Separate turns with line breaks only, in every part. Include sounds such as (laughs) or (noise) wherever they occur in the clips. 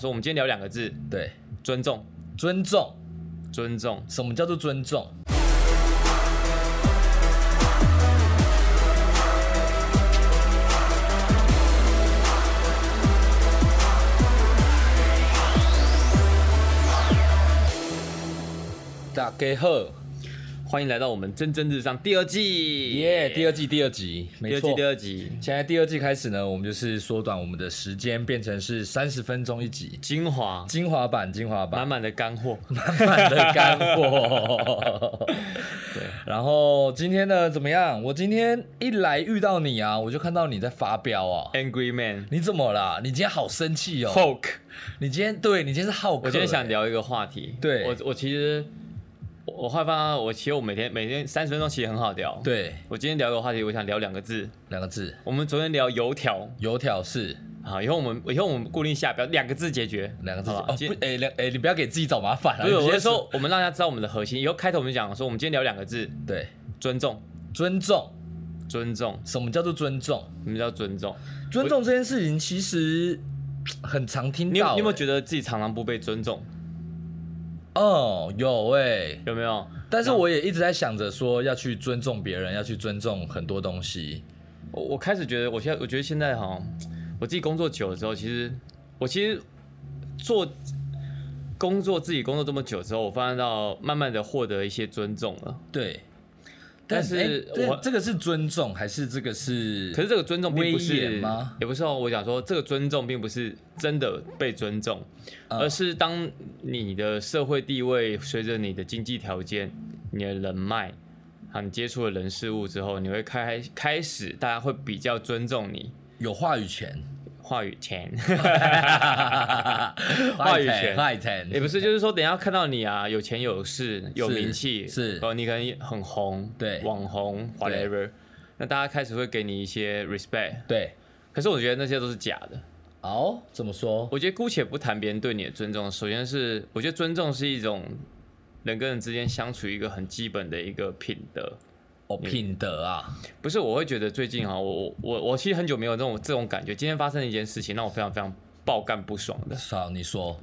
所以我们今天聊两个字：
对，
尊重。
尊重。
尊重，
什么叫做尊重？大家好，
欢迎来到我们蒸蒸日上第二季，
耶、第二季第二集，
第
没
二
错
季，第。二集
现在第二季开始呢，我们就是缩短我们的时间，变成是三十分钟一集，
精华，
精华版，精华版
满。满的干
(laughs)
货。
满满的干
(laughs)
货。对，然后今天呢怎么样？我今天一来遇到你啊，我就看到你在发飙啊。
Angry Man
你怎么啦？你今天好生气哦！
Hulk，
你今天对你今天是好客、
我今天想
欸
聊一个话题。
对
我，我其实我我后来发现，我其实我每天每天三十分钟其实很好聊。，
对
我今天聊一个话题，我想聊两个字。
两个字，
我们昨天聊油条
油条是
啊，以后我们以后我们固定下标两个字解决，
两个字
好
哦
吧。
不
今
哎两哎你不要给自己找麻烦啊！
不是，
你今
我
天
是说，我们让大家知道我们的核心。以后开头我们就讲说，我们今天聊两个字：
对
尊重，
尊重，
尊重。
什么叫做尊重？
什么叫尊重？
尊重这件事情其实很常听到、
你有你有没有
得？
觉得自己常常不被尊重？
哦，有哎、
有没有？
但是我也一直在想着说要去尊重别人，要去尊重很多东西。
我我开始觉得，我现在我觉得现在好像我自己工作久了之后，其实我其实做工作自己工作这么久之后，我发现到慢慢的获得一些尊重了。
对，
但是
哎这
我
这个是尊重还是这个是？
可是这个尊重并不
威严
是
吗
也不是哦。我讲说，这个尊重并不是真的被尊重，
嗯
而是当你的社会地位随着你的经济条件、你的人脉，啊，你接触的人事物之后，你会开开始大家会比较尊重你
有话语权，
话语权。
(laughs)
(laughs)
话
语权
话语权
也不是，就是说，等一下看到你啊，有钱有势有
是
名气，
是
哦，你可能很红，
对
网红 whatever，那大家开始会给你一些 respect。
对。
可是我觉得那些都是假的。
哦，怎么说？
我觉得姑且不谈别人对你的尊重，首先是我觉得尊重是一种人跟人之间相处一个很基本的一个品德。
哦，品德啊，
不是，我会觉得最近啊，我我我我其实很久没有这种这种感觉。今天发生了一件事情，让我非常非常爆干不爽的。
好，你说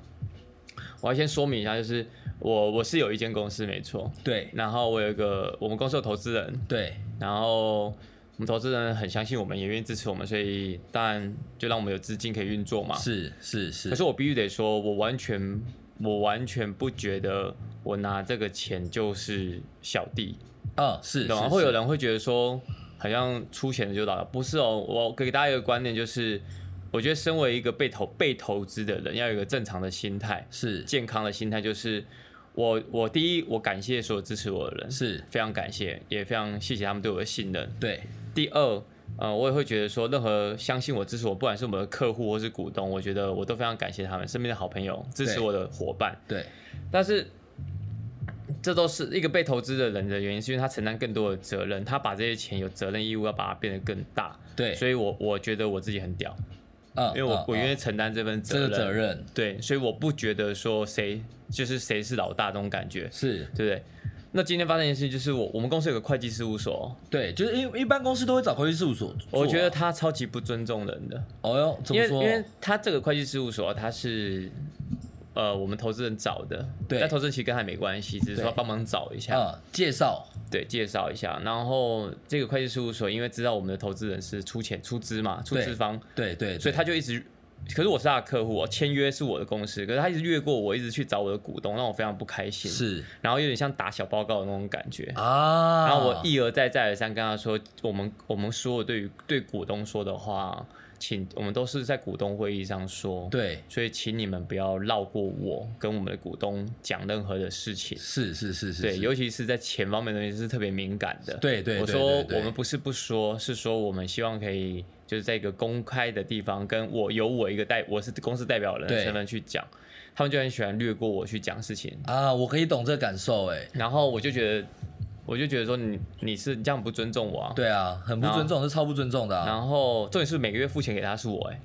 我要先说明一下，就是我我是有一间公司没错，
对
然后我有一个，我们公司有投资人，
对
然后我们投资人很相信我们，也愿意支持我们，所以当然就让我们有资金可以运作嘛。
是是是，
可是我必须得说，我完全我完全不觉得我拿这个钱就是小弟，
嗯是，
然
是
后会有
是
人会觉得说，好像出钱的就打，不是哦。我给大家一个观念就是，我觉得身为一个被投被投资的人，要有一个正常的心态，
是
健康的心态，就是我我第一我感谢所有支持我的人，
是，
非常感谢，也非常谢谢他们对我的信任。
对
第二，呃，我也会觉得说，任何相信我、支持我，不管是我们的客户或是股东，我觉得我都非常感谢他们身边的好朋友、支持我的伙伴。
对
但是，这都是一个被投资的人的原因，是因为他承担更多的责任，他把这些钱有责任义务要把它变得更大。
对，
所以我我觉得我自己很屌，
嗯，
因为我、
嗯
我
嗯
愿意承担这份责
这
任。
个责任
对，所以我不觉得说谁就是谁是老大这种感觉，
是
对不对？那今天发生一件事情，就是我我们公司有个会计事务所，
对，就是因为一般公司都会找会计事务所做啊，
我觉得他超级不尊重人的，
哦哟，怎
因
么
为
说？
因为他这个会计事务所，他是呃我们投资人找的，
对
但投资人其实跟他也没关系，只是说
对
帮忙找一下，
啊、介绍
对，介绍一下。然后这个会计事务所因为知道我们的投资人是出钱出资嘛，出资方，
对对，
所以
对
他就一直，可是我是他的客户哦，签约是我的公司，可是他一直越过我，一直去找我的股东，让我非常不开心，，
是
然后有点像打小报告的那种感觉。
啊，
然后我一而再再而三跟他说，我们我们所有对于对股东说的话，请我们都是在股东会议上说，，
对
所以请你们不要绕过我跟我们的股东讲任何的事情，
是是是是，
对，
是
尤其是在钱方面的东西是特别敏感的。
对对
我
对
说
对对
我们不是不说，是说我们希望可以就是在一个公开的地方，跟我有我一个代我是公司代表人的
对
身份去讲，他们就很喜欢略过我去讲事情，
啊，我可以懂这个感受哎，
然后我就觉得。我就觉得说你你是这样不尊重我啊，
对啊，很不尊重，是超不尊重的啊、
然后重点是每个月付钱给他是我哎、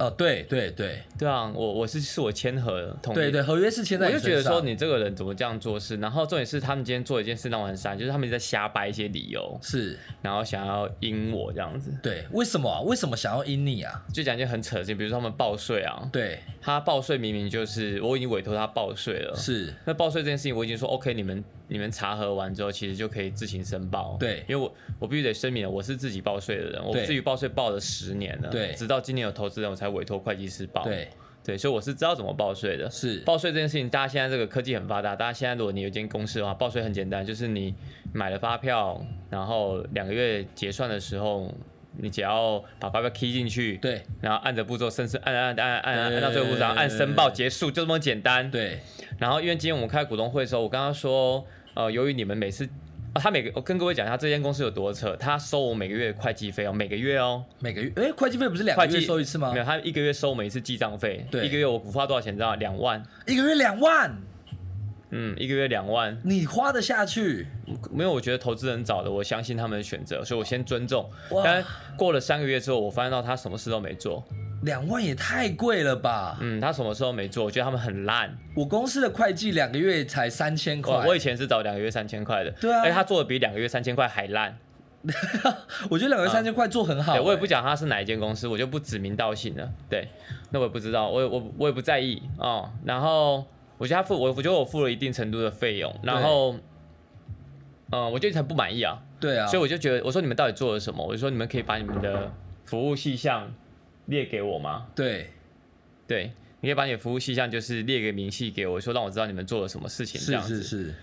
哦，对对对
对啊，我我是是我签合同，
对对，，合约是签在
我
你
就觉得
身上
说你这个人怎么这样做事，然后重点是他们今天做一件事让我很傻，就是他们一直在瞎掰一些理由，
是
然后想要阴我这样子，
对，为什么啊？为什么想要阴你啊？
就讲一件很扯的事情，比如说他们报税啊，
对，
他报税明明就是我已经委托他报税了，
是
那报税这件事情，我已经说 OK，你们你们查核完之后，其实就可以自行申报。
对
因为我我必须得声明了，我是自己报税的人，我
对
自己报税报了十年了，
对
直到今年有投资人，我才委托会计师报。
对
对，所以我是知道怎么报税的。
是
报税这件事情，大家现在这个科技很发达，大家现在如果你有一间公司的话，报税很简单，就是你买了发票，然后两个月结算的时候，你只要把发票 key 进去，
对
然后按着步骤，甚至按按按按按按按到最后步骤，
对
然后按申报结束，就这么简单。
对
然后因为今天我们开股东会的时候，我刚刚说，呃，由于你们每次。啊、他每个我跟各位讲一下这间公司有多扯，他收我每个月的会计费哦，每个月哦，
每个月哎，会计费不是两个
会
月
计
收一次吗
没？有，他一个月收我们一次记账费，
对
一个月我股花多少钱你知道？两万，
一个月两万，
嗯，一个月两万，
你花得下去？
没有，我觉得投资人找的，我相信他们的选择，所以我先尊重
哇。
但过了三个月之后，我发现到他什么事都没做，
两万也太贵了吧！
嗯，他什么事都没做，我觉得他们很烂。
我公司的会计两个月才三千
我
块，
我以前是找两个月三千块的，哎
对啊
而且他做的比两个月三千块还烂。
我觉得两个月三千块做很好、
啊对，我也
哎
不讲他是哪一间公司，我就不指名道姓了。对，那我也不知道，我也我我也不在意哦。然后我觉得他付我，我觉得我付了一定程度的费用，然后，嗯、我就很不满意啊，
对啊，
所以我就觉得，我说你们到底做了什么？我就说你们可以把你们的服务细项列给我吗？
对
对，你可以把你的服务细项就是列个明细给我，说让我知道你们做了什么事情这
是
样子。
是是，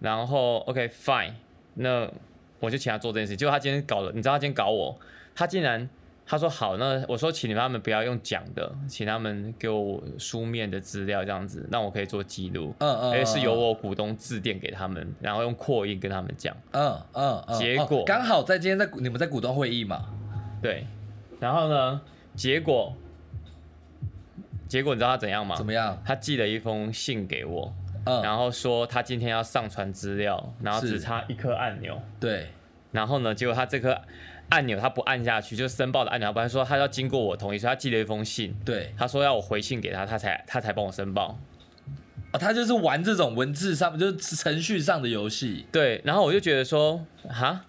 然后 OK fine，那我就请他做这件事。结果他今天搞了，你知道他今天搞我，他竟然他说好，那我说请你们他们不要用讲的，请他们给我书面的资料这样子，让我可以做记录。
嗯嗯，
因为哎是由
嗯
我股东致电给他们，然后用扩音跟他们讲，
嗯嗯嗯，
结
哦
果
刚好在今天在你们在股东会议嘛，
对，然后呢，结果，结果你知道他怎样吗
怎？么样？
他寄了一封信给我，
嗯，
啊然后说他今天要上传资料，然后
是
只差一颗按钮，
对
然后呢，结果他这颗按钮他不按下去，就是申报的按钮，他不按，说他要经过我同意，所以他寄了一封信，
对，
他说要我回信给他，他才他才帮我申报。
哦，他就是玩这种文字上就是程序上的游戏， (laughs)
对，然后我就觉得说，哈。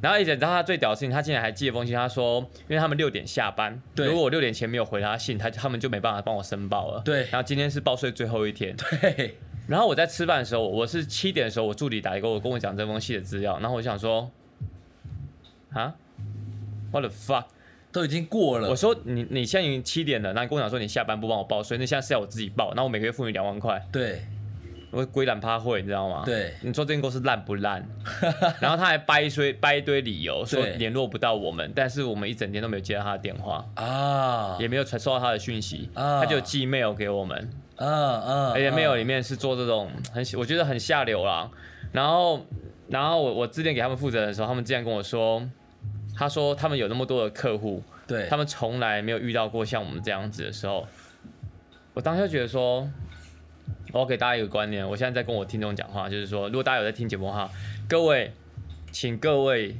然后一直你知道他最屌的事情，他竟然还寄了封信，他说，因为他们六点下班，
对
如果我六点前没有回他信，他他们就没办法帮我申报了。
对
然后今天是报税最后一天，
对
然后我在吃饭的时候，我是七点的时候，我助理打给我，跟我讲这封信的资料，然后我想说，啊，what the fuck？
都已经过了
我，说你你现在已经七点了，那你跟我讲说你下班不帮我报税，那现在是要我自己报，然后我每个月付你两万块，
对
我归懒趴会，你知道吗？。
对
你说这间公司烂不烂？ (laughs) 然后他还掰一堆掰一堆理由，说
对
联络不到我们，但是我们一整天都没有接到他的电话，
啊，
也没有传收到他的讯息，
啊
他就哎寄 mail 给我们，
嗯嗯，
而且 mail
嗯
里面是做这种很我觉得很下流啦。然后，然后我我致电给他们负责人的时候，他们竟然跟我说，他说他们有那么多的客户，
对
他们从来没有遇到过像我们这样子的时候，我当时就觉得说，我要给大家一个观念，我现在在跟我听众讲话，就是说，如果大家有在听节目的话，各位，请各位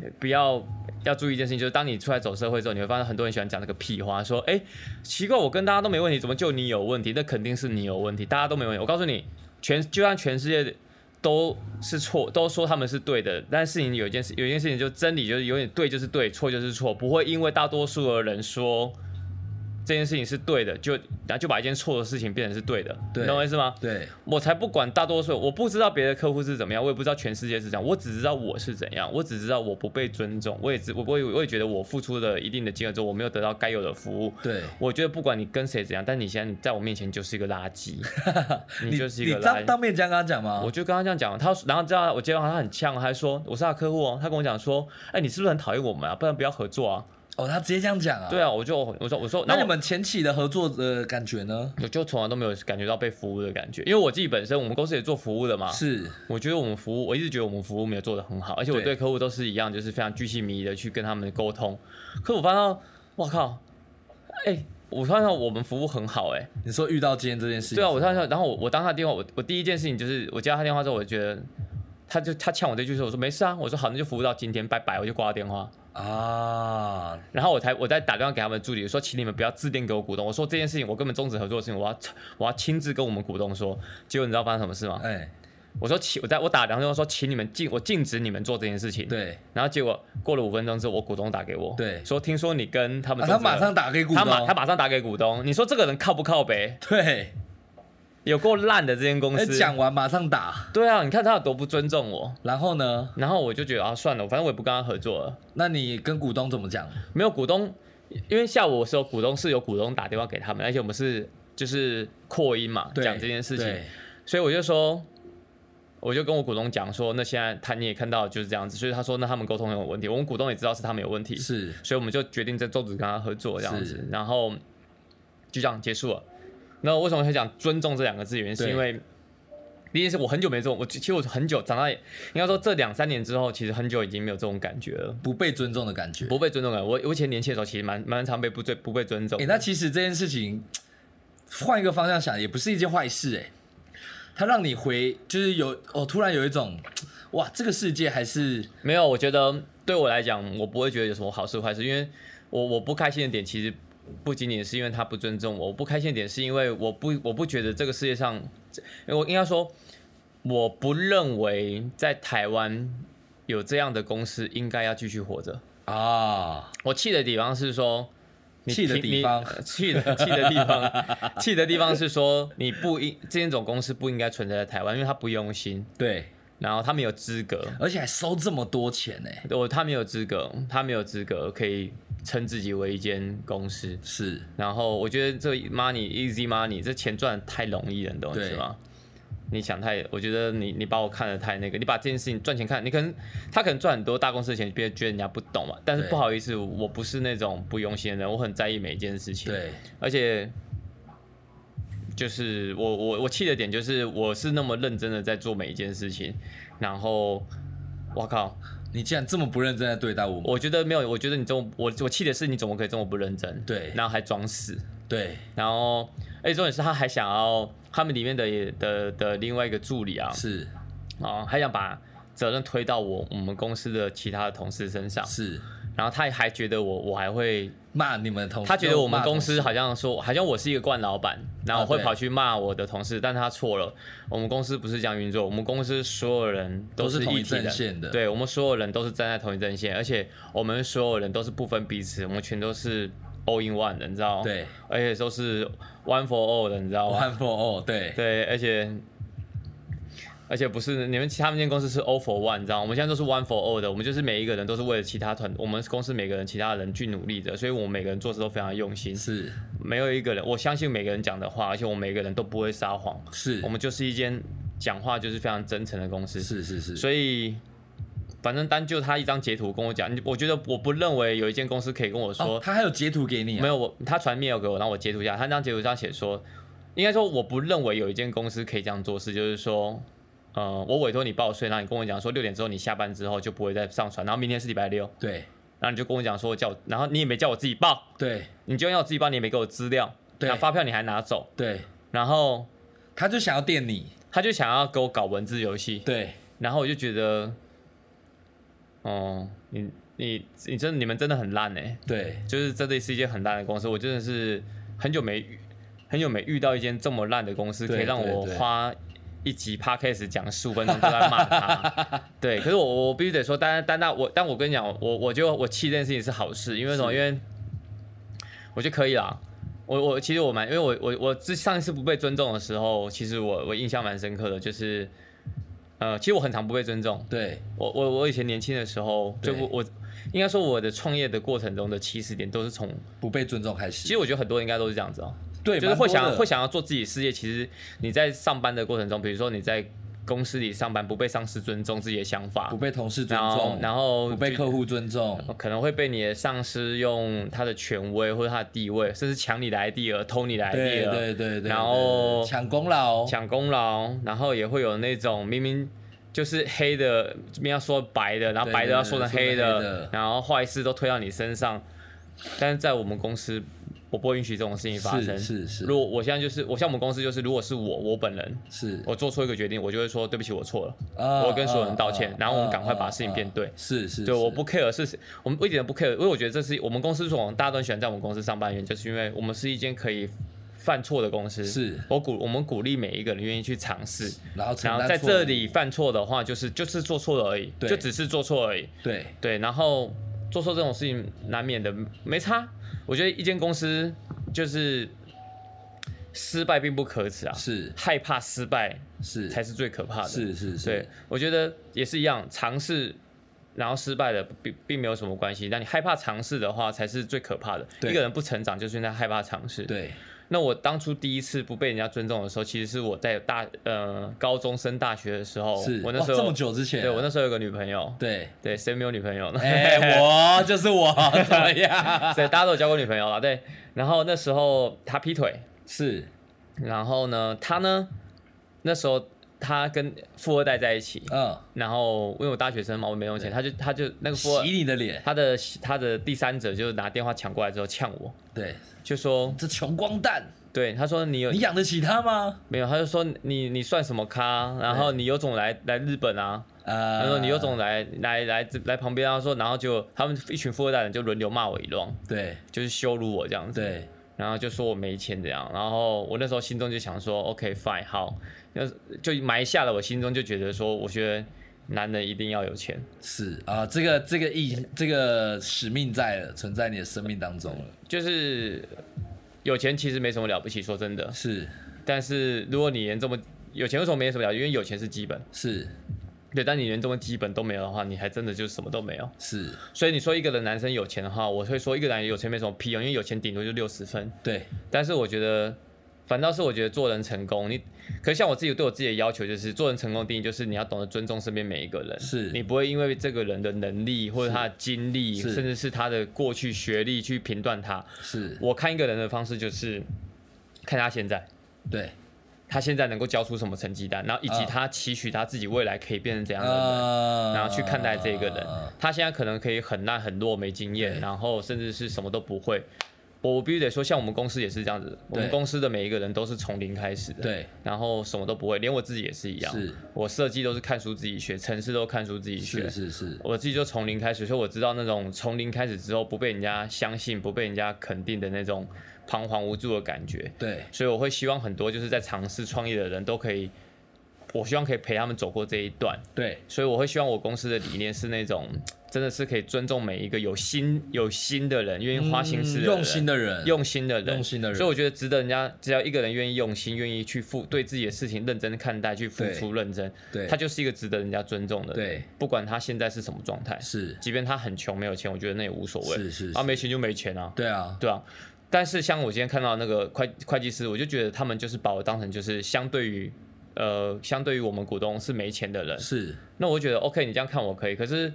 呃不要要注意一件事情，就是当你出来走社会之后，你会发现很多人喜欢讲这个屁话，说，哎、奇怪，我跟大家都没问题，怎么就你有问题？那肯定是你有问题，大家都没问题。我告诉你，全就算全世界都是错，都说他们是对的，但事情有一件事，有一件事情就真理就是永远对就是对，错就是错，不会因为大多数的人说这件事情是对的，就然后就把一件错的事情变成是对的，
对
你懂我意思吗？
对
我才不管大多数，我不知道别的客户是怎么样，我也不知道全世界是怎样，我只知道我是怎样，我只知道我不被尊重，我也知我我也我也觉得我付出了一定的金额之后，我没有得到该有的服务。
对。
我觉得不管你跟谁怎样，但你现在你在我面前就是一个垃圾，你
(laughs) 你
就是一个
你
垃
当
圾。
当面这样跟他讲吗？
我就跟他这样讲，他然后知道我接到他很呛，他还说我是他的客户哦，他跟我讲说，哎、你是不是很讨厌我们啊？不然不要合作啊。
哦，他直接这样讲啊？
对啊，我就我说我说，
那
然后
你们前期的合作的感觉呢？
我就从来都没有感觉到被服务的感觉，因为我自己本身我们公司也做服务的嘛，
是
我觉得我们服务，我一直觉得我们服务没有做得很好，而且我
对
对客户都是一样，就是非常巨细靡遗的去跟他们沟通。可我发现到，我靠，哎、我发现到我们服务很好、哎，啊
你说遇到今天这件事情？
对啊，我当下，然后我我当他电话，我我第一件事情就是我接到他电话之后，我就觉得他就他呛我这句说，我说没事啊，我说好，那就服务到今天，拜拜，我就挂了电话。
啊，
然后我才我再打电话给他们助理说，请你们不要致电给我股东，我说这件事情我根本终止合作的事情，我要我要亲自跟我们股东说。结果你知道发生什么事吗？
哎，
我说请我在我打电话说，请你们禁我禁止你们做这件事情。。
对，
然后结果过了五分钟之后，我股东打给我，
对
说听说你跟他们、
啊他马上打给股
他马
东，
他马上打给股东，你说这个人靠不靠呗？
对，
有够烂的这间公
哎，
司。
讲完马上打，
对啊，你看他有多不尊重我。
然后呢？
然后我就觉得啊，算了，反正我也不跟他合作了。
那你跟股东怎么讲？
没有股东，因为下午的时候股东是有股东打电话给他们，而且我们是就是扩音嘛，
对
讲这件事情，
对
所以我就说，我就跟我股东讲说，那现在他你也看到就是这样子，所以他说那他们沟通有问题，我们股东也知道是他们有问题，
是
所以我们就决定这周子跟他合作这样子
是，
然后就这样结束了。那为什么会讲尊重这两个字？原因是
对
因为第一件事，我很久没这种，我其实我很久长大，应该说这两三年之后，其实很久已经没有这种感觉了，
不被尊重的感觉。
不被尊重感。我我以前年轻的时候，其实蛮蛮常被不尊不被尊重
哎、。那其实这件事情换一个方向想，也不是一件坏事哎、它让你回，就是有哦，突然有一种哇，这个世界还是
没有，我觉得对我来讲，我不会觉得有什么好事坏事，因为我我不开心的点其实不仅仅是因为他不尊重我，我不开心的点是因为我不我不觉得这个世界上，我应该说，我不认为在台湾有这样的公司应该要继续活着。
啊，
我气的地方是说，你
气的
停
地
你
方
呃 (laughs) 气的气的地方， (laughs) 气的地方是说你不应这种公司不应该存在在台湾，因为他不用心，
对，
然后他没有资格。
而且还收这么多钱哎、
我他没有资格，他没有资格可以称自己为一间公司。
是
然后我觉得这 money easy money 这钱赚得太容易了，你懂我意思
对
吗？你想太，我觉得你你把我看得太那个，你把这件事情赚钱看，你可能他可能赚很多大公司的钱，别人觉得人家不懂嘛。但是
对
不好意思，我不是那种不用心的人，我很在意每一件事情。
对
而且就是我我我气的点就是我是那么认真的在做每一件事情，然后我靠，
你竟然这么不认真的对待我们，
我觉得没有，我觉得你这么我我气的是你怎么可以这么不认真？
对
然后还装死，
对
然后而且重点是他还想要他们里面的的的另外一个助理啊
是
啊，还想把责任推到我我们公司的其他的同事身上，
是
然后他还觉得我我还会，
骂你们同事，
他觉得我们
哦骂同
公司
事
好像说好像我是一个惯老板，然后我
啊
会
对
跑去骂我的同事，但他错了，我们公司不是这样运作，我们公司所有人
都
是
是同
一
一
体
阵
的。
线的，
对我们所有人都是站在同一阵线，而且我们所有人都是不分彼此，我们全都是 all in one 的，你知道？，
对
而且都是 one for all 的，你知道吗？
，one for all，对
啊对，而且而且不是你们其他那间公司是 all for one，你知道吗？我们现在都是 one for all 的，我们就是每一个人都是为了其他团，我们公司每个人其他人去努力的，所以我们每个人做事都非常用心，
是
没有一个人我相信每个人讲的话，而且我们每个人都不会撒谎，
是
我们就是一间讲话就是非常真诚的公司，
是是是，
所以反正单就他一张截图跟我讲，你我觉得我不认为有一间公司可以跟我说、
哦，他还有截图给你、啊，
没有我，他传 mail 给我，然后我截图一下，他那张截图上写说，应该说我不认为有一间公司可以这样做事，就是说。呃，我委托你报税，然后你跟我讲说六点之后你下班之后就不会再上传，然后明天是礼拜六，
对
然后你就跟我讲说叫我，然后你也没叫我自己报，
对
你就要我自己报，你也没给我资料，
对
然后发票你还拿走，
对，
然后
他就想要电你，
他就想要给我搞文字游戏，
对
然后我就觉得，哦，你你你真的你们真的很烂哎、
对
就是这里是一间很烂的公司，我真的是很久没遇很久没遇到一间这么烂的公司，
对
可以让我
对对
花一集 podcast 讲十五分钟都在骂他。
(laughs)
对，可是我我必须得说，但但那我但我跟你讲，我我就我气这件事情是好事，因为什么？
是
因为我觉得可以啦。我我其实我蛮，因为我我我之上一次不被尊重的时候，其实我我印象蛮深刻的，就是，呃，其实我很常不被尊重，
对
我我我以前年轻的时候，就
对
我我应该说我的创业的过程中的起始点都是从，
不被尊重开
其
始，
实我觉得很多人应该都是这样子哦、
对，
就是
蛮
会
多
想
的
会想要做自己事业。其实你在上班的过程中，比如说你在公司里上班不被上司尊重自己的想法
不，被同事尊
然后
重，
然后
不被
就
客户尊重，
可能会被你的上司用他的权威或者他的地位，甚至抢你的 idea、偷你的
对
idea，
对对对，
然
对
后
对抢功劳，
抢功劳，然后也会有那种明明就是黑的，明明要说白的，然后
对
白的
对
要
对
说成
说成
黑
黑
的，
的
然后坏事都推到你身上。但是在我们公司，我不会允许这种事情发生。
是是是
如果我现在就是，我像我们公司就是，如果是我我本人，
是，
我做错一个决定，我就会说对不起，我错了，
啊
我跟所有人道歉，
啊
然后我们
啊
赶快把
啊
事情变
啊
对。
是是，
对，我
是
不 care 是谁，我们我一点都不 care，因为我觉得这是我们公司这种大家都很喜欢在我们公司上班的原因，就是因为我们是一间可以犯错的公司。
是
我鼓我们鼓励每一个人愿意去尝试，
然后承
然后
担
在
错误
这里犯错的话，就是就是做错了而已，
对
就只是做错而已。
对
对，然后做错这种事情难免的，没差。我觉得一间公司就是失败并不可耻啊，
是
害怕失败
是
才是最可怕的。
是是是，
对，我觉得也是一样，尝试然后失败了并并没有什么关系。但你害怕尝试的话，才是最可怕的。
对
一个人不成长，就是因为他害怕尝试。，
对
那我当初第一次不被人家尊重的时候，其实是我在大呃高中升大学的时候，
是
哦我那
哇
时候、
这么久之前啊，
对我那时候有个女朋友， (laughs)
对，
对谁没有女朋友呢？
哎，我就是我，怎么
(laughs)
样？
对，大家都有交过女朋友了，对。然后那时候他劈腿，
是
然后呢，他呢，那时候他跟富二代在一起，
嗯，
(laughs) 然后因为我大学生嘛，我没用钱，他就他就那个富二
洗你的脸，
他的他的第三者就拿电话抢过来之后呛我，
对，
就说
这穷光蛋，
对，他说你有
你养得起他吗？
没有？他就说你你算什么咖？然后你有种来来日本啊？
呃，
他说你有种来来来这来旁边啊？说然后就他们一群富二代人就轮流骂我一通，
对
就是羞辱我这样子。
对
然后就说我没钱这样，然后我那时候心中就想说，OK fine 好，那就埋下了我心中就觉得说，我觉得男人一定要有钱，
是啊，这个这个意这个使命在了，存在你的生命当中了，
就是有钱其实没什么了不起，说真的，
是
但是如果你连这么有钱为什么没什么了不起？因为有钱是基本，
是
对，但你连这么基本都没有的话，你还真的就什么都没有。
是，
所以你说一个人男生有钱的话，我会说一个男人有钱没什么屁用，因为有钱顶多就六十分，
对
但是我觉得，反倒是我觉得做人成功，你可是像我自己对我自己的要求就是，做人成功的定义就是你要懂得尊重身边每一个人，
是
你不会因为这个人的能力或者他的经历，
是
甚至是他的过去学历去评断他。
是，
我看一个人的方式就是看他现在。
对，
他现在能够交出什么成绩单，然后以及
嗯
他期许他自己未来可以变成怎样的人，
呃
然后去看待这个人。他现在可能可以很烂、很弱、没经验，
对
然后甚至是什么都不会。我必须得说，像我们公司也是这样子，我们公司的每一个人都是从零开始的，，
对，
然后什么都不会，连我自己也是一样。
是
我设计都是看书自己学，程式都看书自己学
是，是是，
我自己就从零开始，所以我知道那种从零开始之后不被人家相信、不被人家肯定的那种彷徨无助的感觉。
对
所以我会希望很多就是在尝试创业的人都可以，我希望可以陪他们走过这一段。
对
所以我会希望我公司的理念是那种真的是可以尊重每一个有心有心的人，愿意花心思的人、
嗯用心的人，
用心的人、
用心的人
所以我觉得值得人家，只要一个人愿意用心，愿意去付对自己的事情认真看待，去付出认真，
对
他就是一个值得人家尊重的人。
对
不管他现在是什么状态，
是
即便他很穷没有钱，我觉得那也无所谓。
是是
啊，
是，
没钱就没钱啊，
对啊，
对啊。但是像我今天看到那个会会计师，我就觉得他们就是把我当成就是相对于呃，相对于我们股东是没钱的人，
是
那我就觉得 OK，你这样看我可以，可是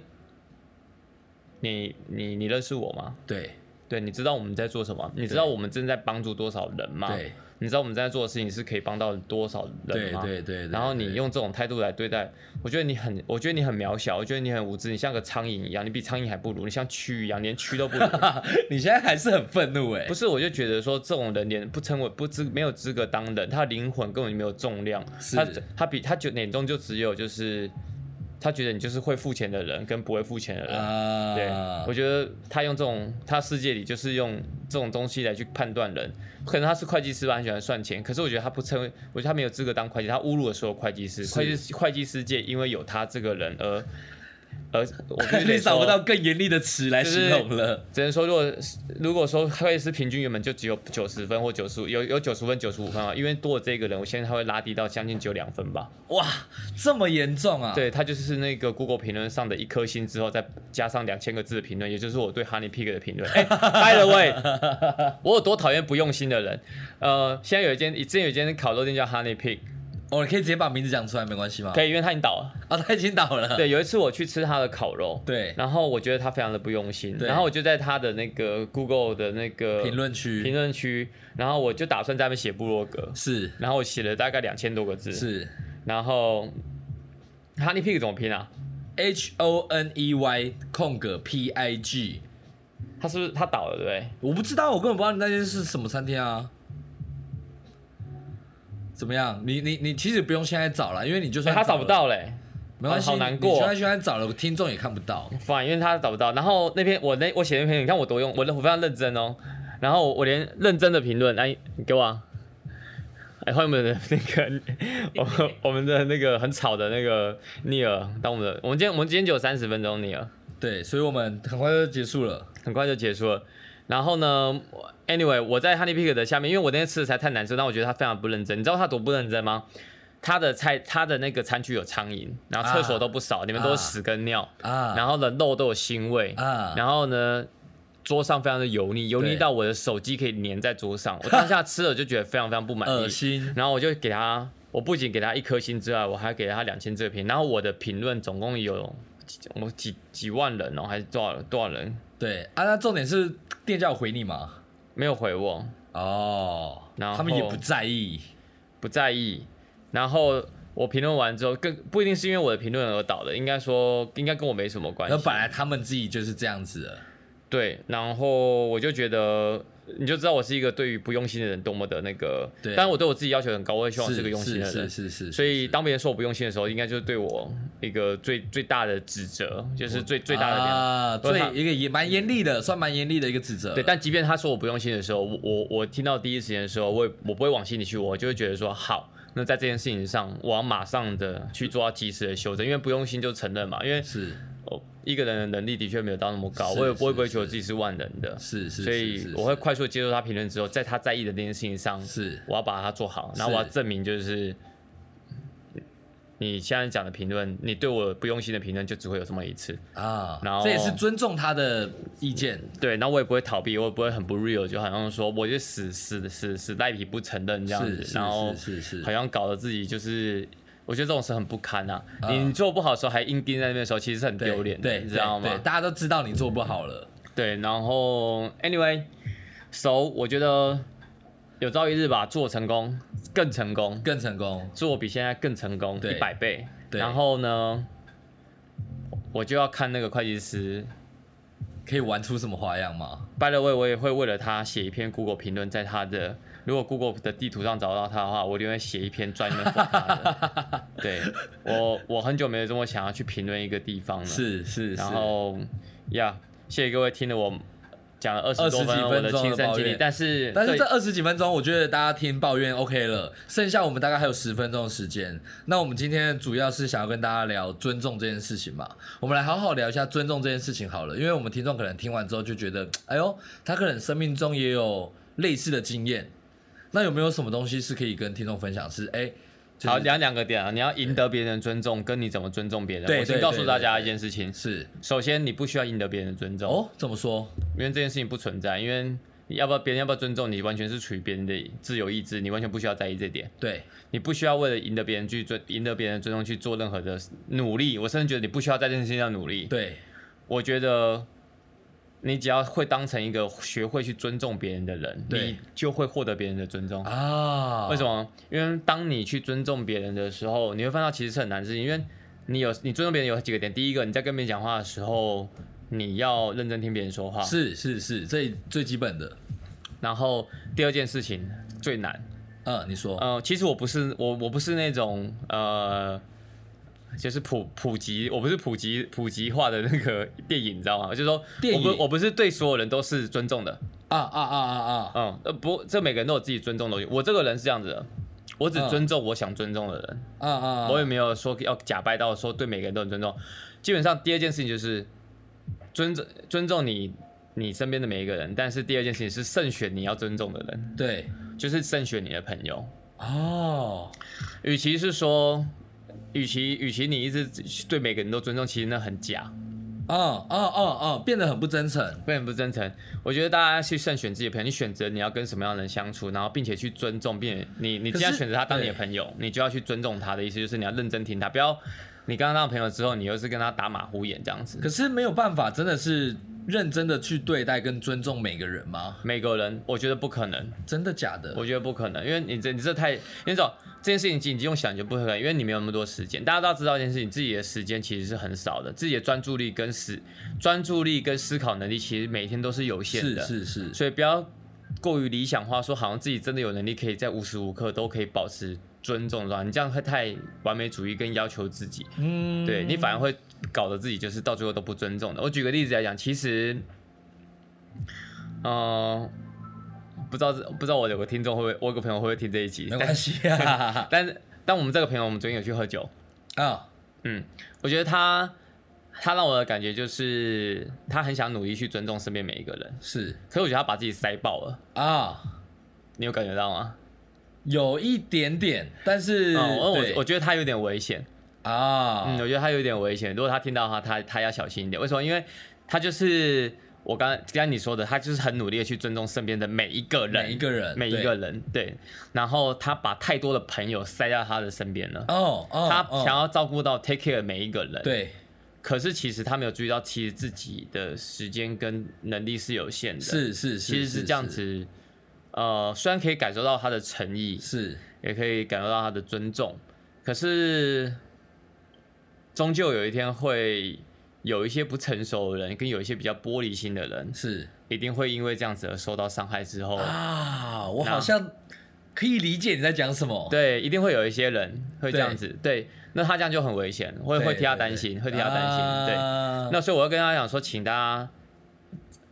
你你你认识我吗？
对
对，你知道我们在做什么？你知道我们正在帮助多少人吗？
对
你知道我们正在做的事情是可以帮到多少人
对
吗？
对对，
然后你
对
用这种态度来对待，我觉得你很，我觉得你很渺小，我觉得你很无知，你像个苍蝇一样，你比苍蝇还不如，你像蛆一样，连蛆都不如。
(laughs) 你现在还是很愤怒哎
不，是，我就觉得说这种人连不称为不资没有资格当人，他的灵魂根本就没有重量，
是
他他比他就眼中就只有就是他觉得你就是会付钱的人跟不会付钱的人。
啊，
对，我觉得他用这种，他世界里就是用这种东西来去判断人，可能他是会计师吧，很喜欢算钱，可是我觉得他不称为，我觉得他没有资格当会计，他侮辱了所有会计师，
是
会计师会计师界因为有他这个人而
(laughs)
而我必须得
你找不
说
到更严厉的词来形容了。
只能说，如果如果说会计师平均原本就只有九十分或九十五，有有九十分、九十五分啊，因为多了这个人，我现在他会拉低到将近只有两分吧。
哇，这么严重啊！，
对他就是那个 Google 评论上的一颗星之后，再加上两千个字的评论，也就是我对 Honey Pig 的评论。哎、b y the
(laughs)
way，我有多讨厌不用心的人。呃，现在有一间，之前有一间烤肉店叫 Honey Pig，
哦，你可以直接把名字讲出来，没关系吗？
可以，因为他已经倒了。
啊，他已经倒了。
对，有一次我去吃他的烤肉，
对，
然后我觉得他非常的不用心，
对
然后我就在他的那个 Google 的那个
评论
评
区
论区，然后我就打算在那边写部落格，
是
然后我写了大概两千多个字，
是
然后 Honey Pig 怎么拼啊？
H O N E Y 空格 P I G
他是不是他倒了，对不对？
我不知道，我根本不知道那间是什么餐厅啊。怎么样？你你你其实不用现在找了，因为你就
所以
算
哎他找不
了，
到嘞、
没关系，
好好难过
你就算现在找了，听众也看不到。
反，因为他找不到。然后那篇我那我写那篇，你看我多用，我我非常认真哦。然后我连认真的评论，哎，你给我、啊。哎，欢迎我们的那个， (laughs) 我们我们的那个很吵的那个尼尔，当我们的，我们今天我们今天只有三十分钟，尼尔
对，所以我们很快就结束了。
很快就结束了。然后呢我，anyway，我在 Honey Pick 的下面，因为我那天吃的实在太难吃，但我觉得他非常不认真。你知道他多不认真吗？他的菜，他的那个餐具有苍蝇，然后厕所都不扫，里面都是屎跟尿，
啊
然后呢肉都有腥味，
啊，
然后呢，桌上非常的油腻，油腻到我的手机可以粘在桌上。我当下吃了就觉得非常非常不满
恶
意，
心。
然后我就给他，我不仅给他一颗星之外，我还给他两千这个评。然后我的评论总共有几我几几万人哦，还是多少多少人
对啊，那重点是店家有回你吗？
没有回我，
哦，
然后
他们也不在意。
不在意。然后我评论完之后，更不一定是因为我的评论而倒的，应该说应该跟我没什么关
然
系
后。本来他们自己就是这样子的。
对，然后我就觉得，你就知道我是一个对于不用心的人多么的那个，
对
但我对我自己要求很高，我也希望
是
是个用心的
是
人。
是是是，
所以
是
当别人说我不用心的时候，应该就是对我一个最最大的指责，就是最最大的点。
啊，
如果他嗯
最一个也蛮严厉的，算蛮严厉的一个指责。
对，但即便他说我不用心的时候，我我我听到第一时间的时候，我也我不会往心里去，我就会觉得说好，那在这件事情上，我要马上的去做到及时的修正，因为不用心就承认嘛，因为
是
我一个人的能力的确没有到那么高，
是
我也不会
是
不会觉得我
是
自己是万能的，
是是，
所
是
以
是
我会快速地接受他评论之后，在他在意的那件事情上，
是
我要把它做好，然后
是
我要证明就是你现在讲的评论，你对我不用心的评论就只会有这么一次，
啊
然，后
这也是尊重他的意见。
对，然后我也不会逃避，我也不会很不 real，就好像说我就死死死死赖皮不承认这样
是
子
是，
然后
是是是
好像搞得自己就是。我觉得这种事很不堪啊！你做不好的时候还硬盯在那边的时候，其实是很
对
丢脸的，
嗯对，
你知道
对
吗
对？大家都知道你做不好了，
对，然后 anyway，so 我觉得有朝一日吧，做成功更成功，
更成功。
做比现在更成功
对
一百倍。
对
然后呢，我就要看那个会计师。
可以玩出什么花样吗？
By the way，我也会为了他写一篇 Google 评论，在他的如果 Google 的地图上找到他的话，我一定会写一篇专门 for 他的。对我，我很久没有这么想要去评论一个地方了。
是是是
嗯然，后呀谢谢各位听了我讲了二十多
20
分
几
钟我
分
的
钟
亲
的
身
抱
经历，
怨
但是
但是
对
这二十几分钟，我觉得大家听抱怨 OK 了，剩下我们大概还有十分钟的时间。那我们今天主要是想要跟大家聊尊重这件事情嘛，我们来好好聊一下尊重这件事情好了，因为我们听众可能听完之后就觉得，哎呦，他可能生命中也有类似的经验。那有没有什么东西是可以跟听众分享是？哎，就是
好，讲两个点啊，你要赢得别人尊重，跟你怎么尊重别人。
对
我先
对
告诉
对
大
对
家
对
一件事情：
是
首先，你不需要赢得别人的尊重，
哦，怎么说？
因为这件事情不存在。因为你要不要别人要不要尊重你，完全是处于别人的自由意志，你完全不需要在意这点。
对，
你不需要为了赢得别人去尊，赢得别人的尊重去做任何的努力。我甚至觉得你不需要在这件事情上努力。
对，
我觉得你只要会当成一个学会去尊重别人的人，
对
你就会获得别人的尊重。
啊，
为什？么？因为当你去尊重别人的时候，你会发现其实是很难的事情。因为你有你尊重别人有几个点，第一个你在跟别人讲话的时候，你要认真听别人说话。
是是是，这最基本的。
然后第二件事情最难，
嗯，你说，
呃，其实我不是我我不是那种呃。就是普普及，我不是普及普及化的那个电影，你知道吗？就是说，
电
我
影
不我不是对所有人都是尊重的，
啊啊啊啊啊，
嗯，呃，不，这每个人都有自己尊重的东西。我这个人是这样子的，我只
嗯
尊重我想尊重的人，
啊啊啊！
我也没有说要假掰到说对每个人都很尊重。基本上第二件事情就是尊重尊重你你身边的每一个人，但是第二件事情是慎选你要尊重的人，
对
就是慎选你的朋友。
哦，
与其是说，与其与其你一直对每个人都尊重，其实那很假，
哦哦哦哦，变得很不真诚。
非常不真诚。我觉得大家去慎选自己的朋友，你选择你要跟什么样的人相处，然后并且去尊重，并且你你
可
既
是
然选择他当你的
对
朋友，你就要去尊重他的意思就是你要认真听他，不要你跟他当朋友之后，你又是跟他打马虎眼这样子。
可是没有办法，真的是认真的去对待跟尊重每个人吗？
每个人，我觉得不可能，
真的假的？
我觉得不可能，因为你这你这太，你知道，这件事情已经用想就不可能，因为你没有那么多时间。大家都知道一件事情，自己的时间其实是很少的，自己的专注力跟思专注力跟思考能力其实每天都是有限
是
的，
是是，
所以不要过于理想化，说好像自己真的有能力可以在无时无刻都可以保持尊重，是吧？你这样会太完美主义跟要求自己，
嗯，
对你反而会搞得自己就是到最后都不尊重的。我举个例子来讲，其实，呃，不知道不知道我有个听众会不会，我有个朋友会不会听这一集
嗯没，关系 (laughs) 啊
但是，但我们这个朋友，我们昨天有去喝酒，
啊，
嗯，我觉得他他让我的感觉就是他很想努力去尊重身边每一个人，
是
可是我觉得他把自己塞爆了，
啊，
你有感觉到吗？
有一点点，但是
嗯，我我
对
我觉得他有点危险，嗯，
啊，
我觉得他有点危险，如果他听到的话，他他要小心一点，为什么？因为他就是我刚刚刚你说的，他就是很努力的去尊重身边的每一个人，
每一个人，
每一
对
个人，对，然后他把太多的朋友塞到他的身边了，
哦哦，
他
哦
想要照顾到 take care 每一个人，。
对
可是其实他没有注意到，其实自己的时间跟能力是有限的。，
是是是，
其实是这样子。呃，虽然可以感受到他的诚意，
是，
也可以感受到他的尊重，可是终究有一天会有一些不成熟的人，跟有一些比较玻璃心的人，
是
一定会因为这样子而受到伤害之后，
是啊，我
哦那
好像可以理解你在讲什么，
对，一定会有一些人会这样子。对，那他这样就很危险，会
对，
会替他
对
担
对
心，会替他担心。对。
啊
那所以我要跟大家讲说，请大家，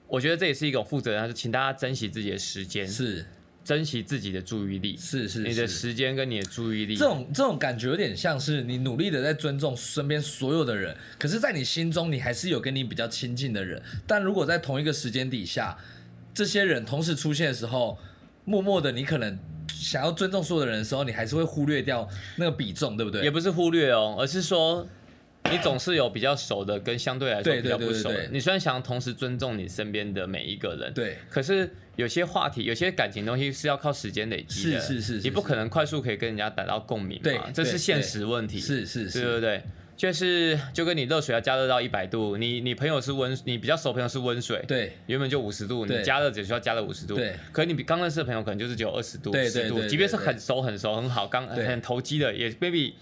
我觉得这也是一种负责任，就是请大家珍惜自己的时间，
是
珍惜自己的注意力，
是是
你的
是
时间跟你的注意力。
这种这种感觉有点像是你努力的在尊重身边所有的人，可是，在你心中你还是有跟你比较亲近的人，但如果在同一个时间底下，这些人同时出现的时候，默默的你可能想要尊重所有的人的时候，你还是会忽略掉那个比重，对不对？
也不是忽略哦，而是说。你总是有比较熟的，跟相对来说
对
比较
对
不
对对
熟的。
对
你虽然想同时尊重你身边的每一个人，
对，
可是有些话题、有些感情东西是要靠时间累积的，
是是是是
你不可能快速可以跟人家达到共鸣
对
嘛，这
对
是现
对
实问题。
是是
对对
是，
对，就是就跟你热水要加热到一百度，你你朋友是温，你比较熟朋友是温水，，
对
原本就五十度，你
对
加热只需要加热五十度，
对，
可你比刚认识的朋友可能就是只有二十度、
对对
十
对
度，
对
即便是
对
很熟很熟很好，刚
对
很投机的，也 maybe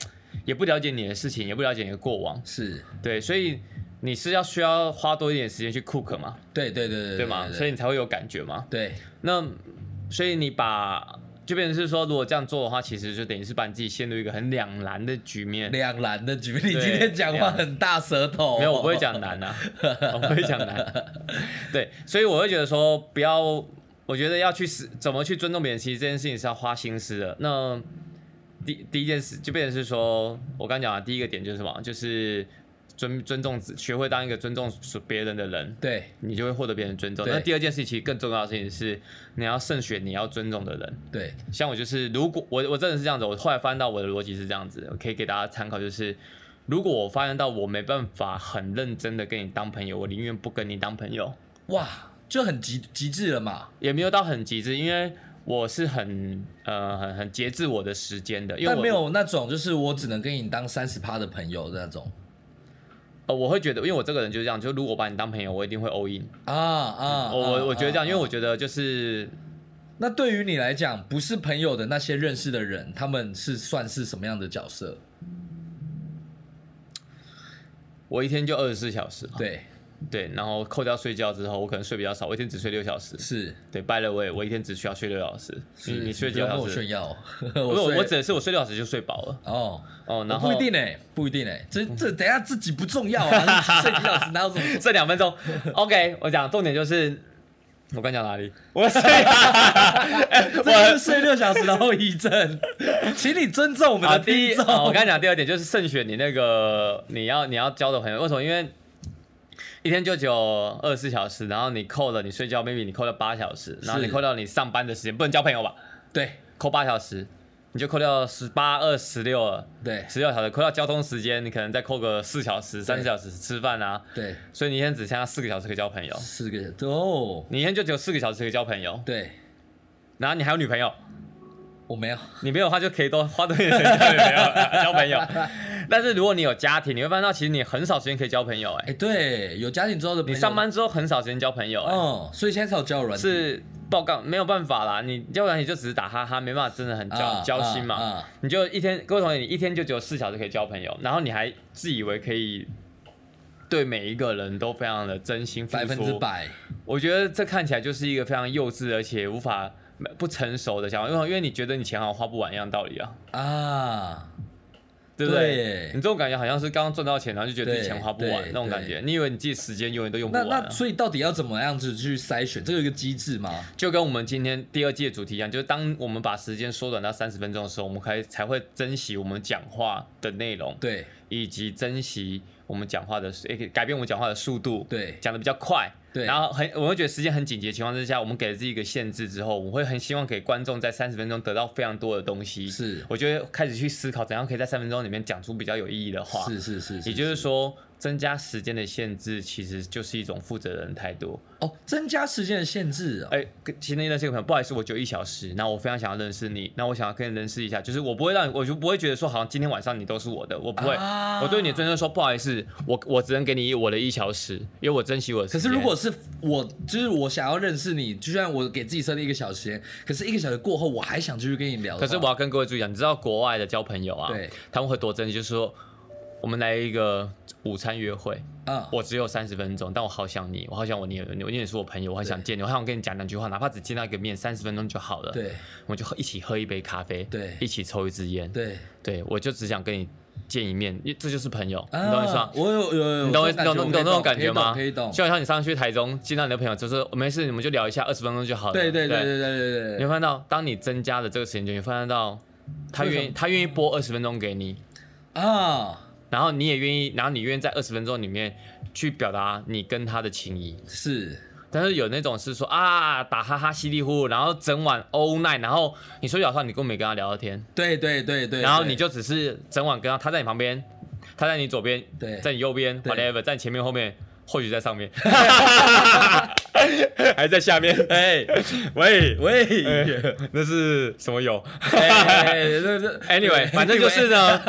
也不了解你的事情，也不了解你的过往，
是，
对，所以你是要需要花多一点时间去 cook 嘛，
对对对对
对吗？所以你才会有感觉嘛。
对
那所以你把就变成是说，如果这样做的话，其实就等于是把你自己陷入一个很两难的局面。
两难的局面，你
对
今天讲话很大舌头，哦
没有，我不会讲难啊，我不会讲难。对，所以我会觉得说，不要，我觉得要去思怎么去尊重别人，其实这件事情是要花心思的。那第第一件事就变成是说，我刚讲的第一个点就是什么？就是尊尊重自，学会当一个尊重别人的人。
对
你就会获得别人尊重。
对
那第二件事情，其实更重要的事情是，你要慎选你要尊重的人。
对
像我就是，如果我我真的是这样子，我后来发现到我的逻辑是这样子，我可以给大家参考，就是如果我发现到我没办法很认真的跟你当朋友，我宁愿不跟你当朋友，
哇，就很极极致了嘛。
也没有到很极致，因为我是很呃很很节制我的时间的，因为
但
我
没有那种就是我只能跟你当三十趴的朋友的那种
呃我会觉得，因为我这个人就是这样，就如果我把你当朋友，我一定会 all in，
啊啊！
嗯我
啊
我我觉得这样，
啊
因为我觉得就是
那对于你来讲，不是朋友的那些认识的人，他们是算是什么样的角色？
我一天就二十四小时嘛，
对，
对，然后扣掉睡觉之后，我可能睡比较少，我一天只睡六小时。
是
对，拜了我也，我一天只需要睡六小时。你
是
你睡
不
几个
用跟
小
我
时
炫？耀， (laughs)
不是，
睡
我我指的是我睡六小时就睡饱了。
哦。
哦，然后
不一定哎、不一定哎、这这等一下自己不重要啊，你睡几小时哪有什
(laughs)
么？
这两分 (laughs) 钟，OK，我讲重点就是，我刚讲哪里？我睡，
这就是睡六小时然后
(laughs)
遗症，请你尊重我们
好，
的
啊第一，
听众。
好我刚才讲第二点就是慎选你那个你要你要交的朋友，为什么？因为一天就只有二十四小时，然后你扣了你睡觉，maybe 你扣了八小时，然后你
是
扣掉你上班的时间，不能交朋友吧？
对
扣八小时，你就扣掉十八、二、十六了。
对
十六小时扣掉交通时间，你可能再扣个四小时、三
对
小时吃饭啊，
对，
所以你一天只剩下四个小时可以交朋友，
四个哦，
你一天就只有四个小时可以交朋友，
对
然后你还有女朋友，
我没有。 (laughs)
你没有的话就可以多花多一点时间交女朋友交朋友，但是如果你有家庭，你会发现到其实你很少时间可以交朋友、
哎、
哎，
对，有家庭之后的朋
你
友
上，班之后很少时间交朋友、哎、
嗯，所以现在才有交友软体
是报告没有办法啦，你要不然你就只是打哈哈，没办法真的很交、
啊
交心嘛。
啊啊
你就一天，各位同学，你一天就只有四小时可以交朋友，然后你还自以为可以对每一个人都非常的真心付
百分之
出，
百，
我觉得这看起来就是一个非常幼稚而且无法不成熟的想法，因为因为你觉得你钱好像花不完一样道理啊，
啊，
对不对？
耶
你这种感觉好像是刚刚赚到钱，然后就觉得自己钱花不完
对
那种感觉，你以为你自己时间永远都用不
那
完、啊
那。所以到底要怎么样子去筛选？这个有一个机制吗？
就跟我们今天第二季的主题一样，就是当我们把时间缩短到三十分钟的时候，我们才才会珍惜我们讲话的内容。
对
以及珍惜我们讲话的，诶、改变我们讲话的速度，
对
讲的比较快。
对
然后很，我会觉得时间很紧急的情况之下，我们给了自己一个限制之后，我会很希望给观众在三十分钟得到非常多的东西。，
是
我就会开始去思考怎样可以在三分钟里面讲出比较有意义的话。
是是是，
也就是说，增加时间的限制其实就是一种负责人态度。
哦，增加时间的限制哦，
哎、跟其实那段时间朋友，不好意思，我只有一小时，那我非常想要认识你，那我想要跟你认识一下，就是我不会让你，我就不会觉得说好像今天晚上你都是我的，我不会，
啊
我对你的尊重说不好意思，我我只能给你我的一小时，因为我珍惜我的
可
时
是
间。
如果是我，就是我想要认识你，就算我给自己设定一个小时时间，可是一个小时过后，我还想继续跟你聊的话。
可是我要跟各位注意讲，你知道国外的交朋友啊，
对，
他们会多珍惜，就是说我们来一个午餐约会，
啊，
我只有三十分钟，但我好想你，我好想我你，你因为你是我朋友，我很想见你，我好想跟你讲两句话，哪怕只见到一个面，三十分钟就好了。，
对
我们就喝一起喝一杯咖啡，
对
一起抽一支烟，
对，
对，我就只想跟你见一面，因为这就是朋友，
啊
你懂我意思吗？
我有有有有，
你懂我
我
意
这
思懂懂
种
懂那种
感
感
觉
觉
我可以懂
吗？
可以懂。
就好像你上次去台中见到你的朋友，就是哦没事，你们就聊一下，二十分钟就好了。
对对对对对对对
你
对，
会看到，当你增加了这个时间，你会发现到他
为什
愿意
么
他愿意播二十分钟给你，
啊，
然后你也愿意，然后你愿意在二十分钟里面去表达你跟他的情谊。
是
但是有那种是说啊，打哈哈稀里呼噜，然后整晚 all night，然后你说句老实话，你根本没跟他聊到天，
对对对对，
然后你
对
就只是整晚跟他，他在你旁边，他在你左边，
对
在你右边
对
，whatever，在你前面后面，或许在上
(laughs)
面，还在下面。哎、喂喂、
喂，
那是什么有
哎哎哎对对
(laughs)
(laughs)
？Anyway，反正就是呢，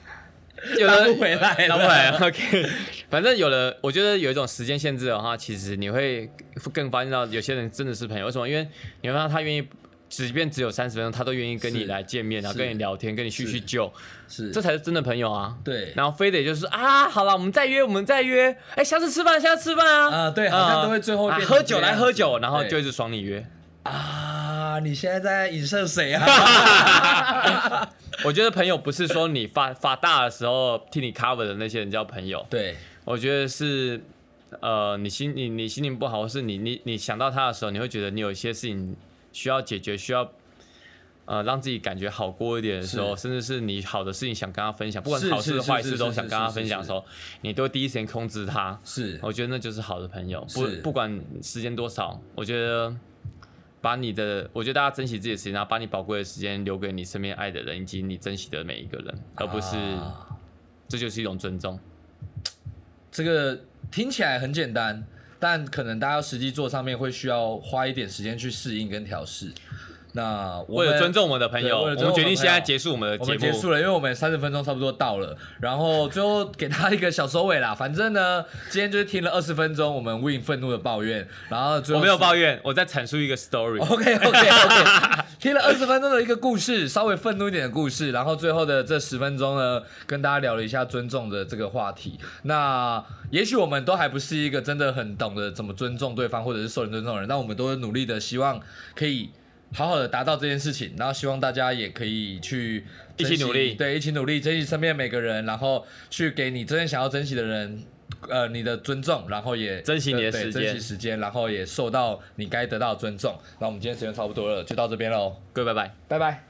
(laughs) 有
拉
的
不回来 (laughs) 了
拉不回来。OK，反啊正有了，我觉得有一种时间限制的话，其实你会更发现到有些人真的是朋友。为什么？因为你会发现他愿意。即便只有三十分钟，他都愿意跟你
是
来见面，然后
是
跟你聊天，跟你叙叙
是
旧，
是
这才是真的朋友啊。
对
然后非得就是啊，好了，我们再约，我们再约，哎，下次吃饭，下次吃饭啊。
啊对好像都会最后会
啊
变成
喝酒
这样
来喝
子
酒，然后
对
就一直爽你约。
啊，你现在在影射谁啊？
我觉得朋友不是说你发发大的时候替你 cover 的那些人叫朋友，
对
我觉得是。呃，你心你你心情不好，或是你你你想到他的时候，你会觉得你有一些事情需要解决，需要呃让自己感觉好过一点的时候，
是
甚至是你好的事情想跟他分享，不管
是
好事
是是
坏
是
事
是
都
是
想跟他
是
分享的时候，你都会第一时间通知他。
是
我觉得那就是好的朋友，不
是
不管时间多少，我觉得把你的，我觉得大家珍惜自己的时间，然后把你宝贵的时间留给你身边爱的人以及你珍惜的每一个人，而不是、
啊
这就是一种尊重。
这个听起来很简单，但可能大家实际做上面会需要花一点时间去适应跟调试。那我
为
们
了尊重我们的朋
对
友，我
为了尊重
们决定现
我
在
们的朋友
结束我们的
我
节
们结
目。
束了，因为我们三十分钟差不多到了，然后最后给他一个小收尾啦。反正呢，今天就是听了二十分钟，我们 Win 愤怒的抱怨，然后最
我
后哦
没有抱怨，我在阐述一个 story。
OK OK (laughs) OK，听了二十分钟的一个故事，稍微愤怒一点的故事，然后最后的这十分钟呢，跟大家聊了一下尊重的这个话题。那也许我们都还不是一个真的很懂得怎么尊重对方，或者是受人尊重的人，但我们都会努力的，希望可以。好好的达到这件事情，然后希望大家也可以去
一起
珍惜
努力
对，一起努力，珍惜身边的每个人，然后去给你真正想要珍惜的人，呃，你的尊重，然后也
珍惜你的
对
时
珍惜
间
时间，然后也受到你该得到的尊重。那我们今天时间差不多了，就到这边喽，
各位拜拜。
拜拜。